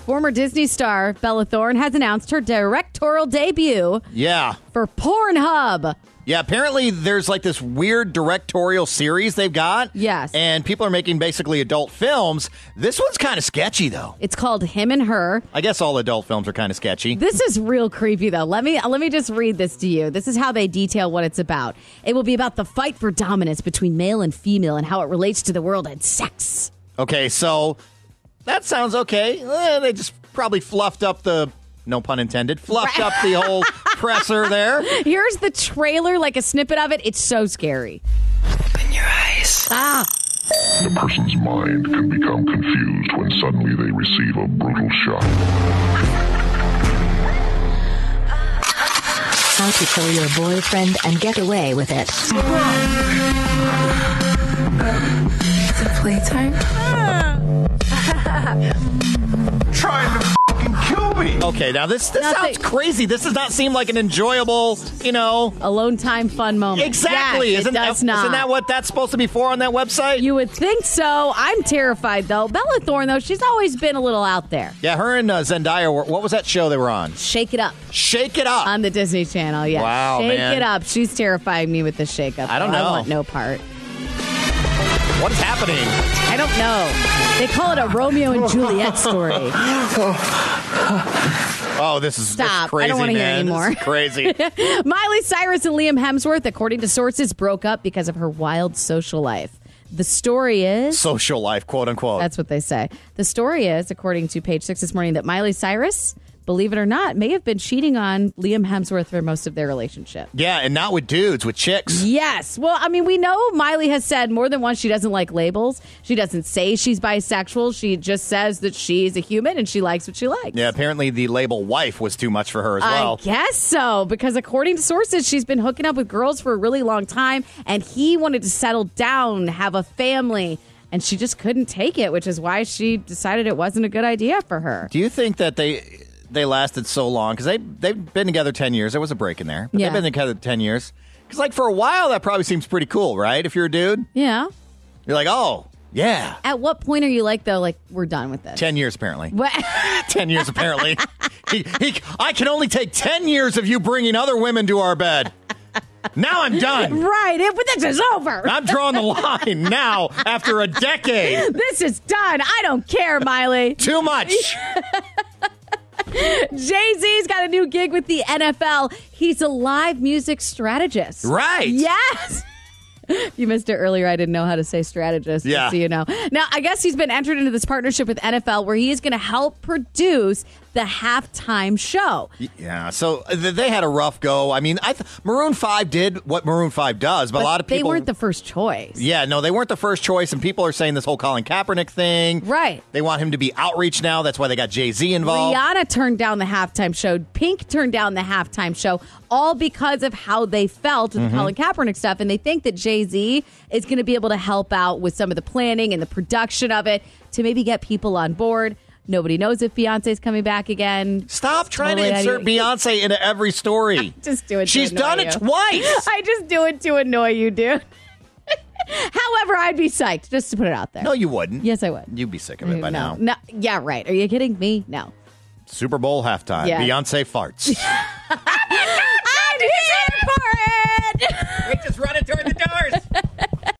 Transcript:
Former Disney star Bella Thorne has announced her directorial debut Yeah. for Pornhub. Yeah, apparently there's like this weird directorial series they've got. Yes. And people are making basically adult films. This one's kind of sketchy, though. It's called Him and Her. I guess all adult films are kind of sketchy. This is real creepy though. Let me let me just read this to you. This is how they detail what it's about. It will be about the fight for dominance between male and female and how it relates to the world and sex. Okay, so that sounds okay. Eh, they just probably fluffed up the, no pun intended, fluffed up the whole presser there. Here's the trailer, like a snippet of it. It's so scary. Open your eyes. The person's mind can become confused when suddenly they receive a brutal shock. How to kill your boyfriend and get away with it. Is it playtime? trying to fucking kill me. Okay, now this, this Nothing. sounds crazy. This does not seem like an enjoyable, you know. Alone time fun moment. Exactly. Yes, isn't, it does that, not. isn't that what that's supposed to be for on that website? you would think so? I'm terrified though. Bella Thorne though, she's always been a little out there. yeah, her and uh, Zendaya were, what was that show they were on? Shake it up Shake It Up. on the Disney Channel. Yeah. Wow, Shake man. it up. She's terrifying me with the shake up. I don't though. know. I want no part. what is happening? I don't know. They call it a Romeo and Juliet story. Oh, this is this is Stop. crazy, I don't wanna hear man. anymore. This is crazy. Miley Cyrus and Liam Hemsworth, according to sources, broke up because of her wild social life. The story is Social life, quote unquote. that's what they say. The story is, according to page six this morning, that Miley Cyrus, believe it or not, may have been cheating on Liam Hemsworth for most of their relationship. yeah, and not with dudes, with chicks. Yes. Well, I mean, we know Miley has said more than once she doesn't like labels. She doesn't say she's bisexual. She just says that she's a human and she likes what she likes. Yeah, apparently the label wife was too much for her as well. I guess so, because according to sources, she's been hooking up with girls for a really long time, and he wanted to settle down, have a family, and she just couldn't take it, which is why she decided it wasn't a good idea for her. Do you think that they they lasted so long? Because they they've been together ten years. There was a break in there. But Yeah. They've been together ten years. Because like for a while, that probably seems pretty cool, right? If you're a dude, Yeah. you're like, oh yeah, At what point are you like, though, like, we're done with this? ten years apparently. What? Ten years apparently. he, he, I can only take ten years of you bringing other women to our bed. Now I'm done. right. It, but this is over. I'm drawing the line now after a decade. This is done. I don't care, Miley. Too much. Jay Z's got a new gig with the NFL. He's a live music strategist. Right. Yes. You missed it earlier. I didn't know how to say strategist. just Yeah. So you know. Now, I guess he's been entered into this partnership with NFL where he is going to help produce the halftime show. Yeah. So th- they had a rough go. I mean, I th- Maroon 5 did what Maroon 5 does, but, a lot of people They weren't the first choice. Yeah, no, they weren't the first choice, and people are saying this whole Colin Kaepernick thing. Right. They want him to be outreach now. That's why they got Jay Z involved. Rihanna turned down the halftime show. Pink turned down the halftime show, all because of how they felt with Mm-hmm. the Colin Kaepernick stuff. And they think that Jay Z is going to be able to help out with some of the planning and the production of it to maybe get people on board. Nobody knows if Beyonce's coming back again. Stop trying totally to insert out of your- Beyonce into every story. Just do it. to She's annoy done it you. twice. I just do it to annoy you, dude. However, I'd be psyched just to put it out there. no, you wouldn't. Yes, I would. You'd be sick of it by no, now. no, yeah, right. Are you kidding me? No. Super Bowl halftime. Yeah. Beyonce farts.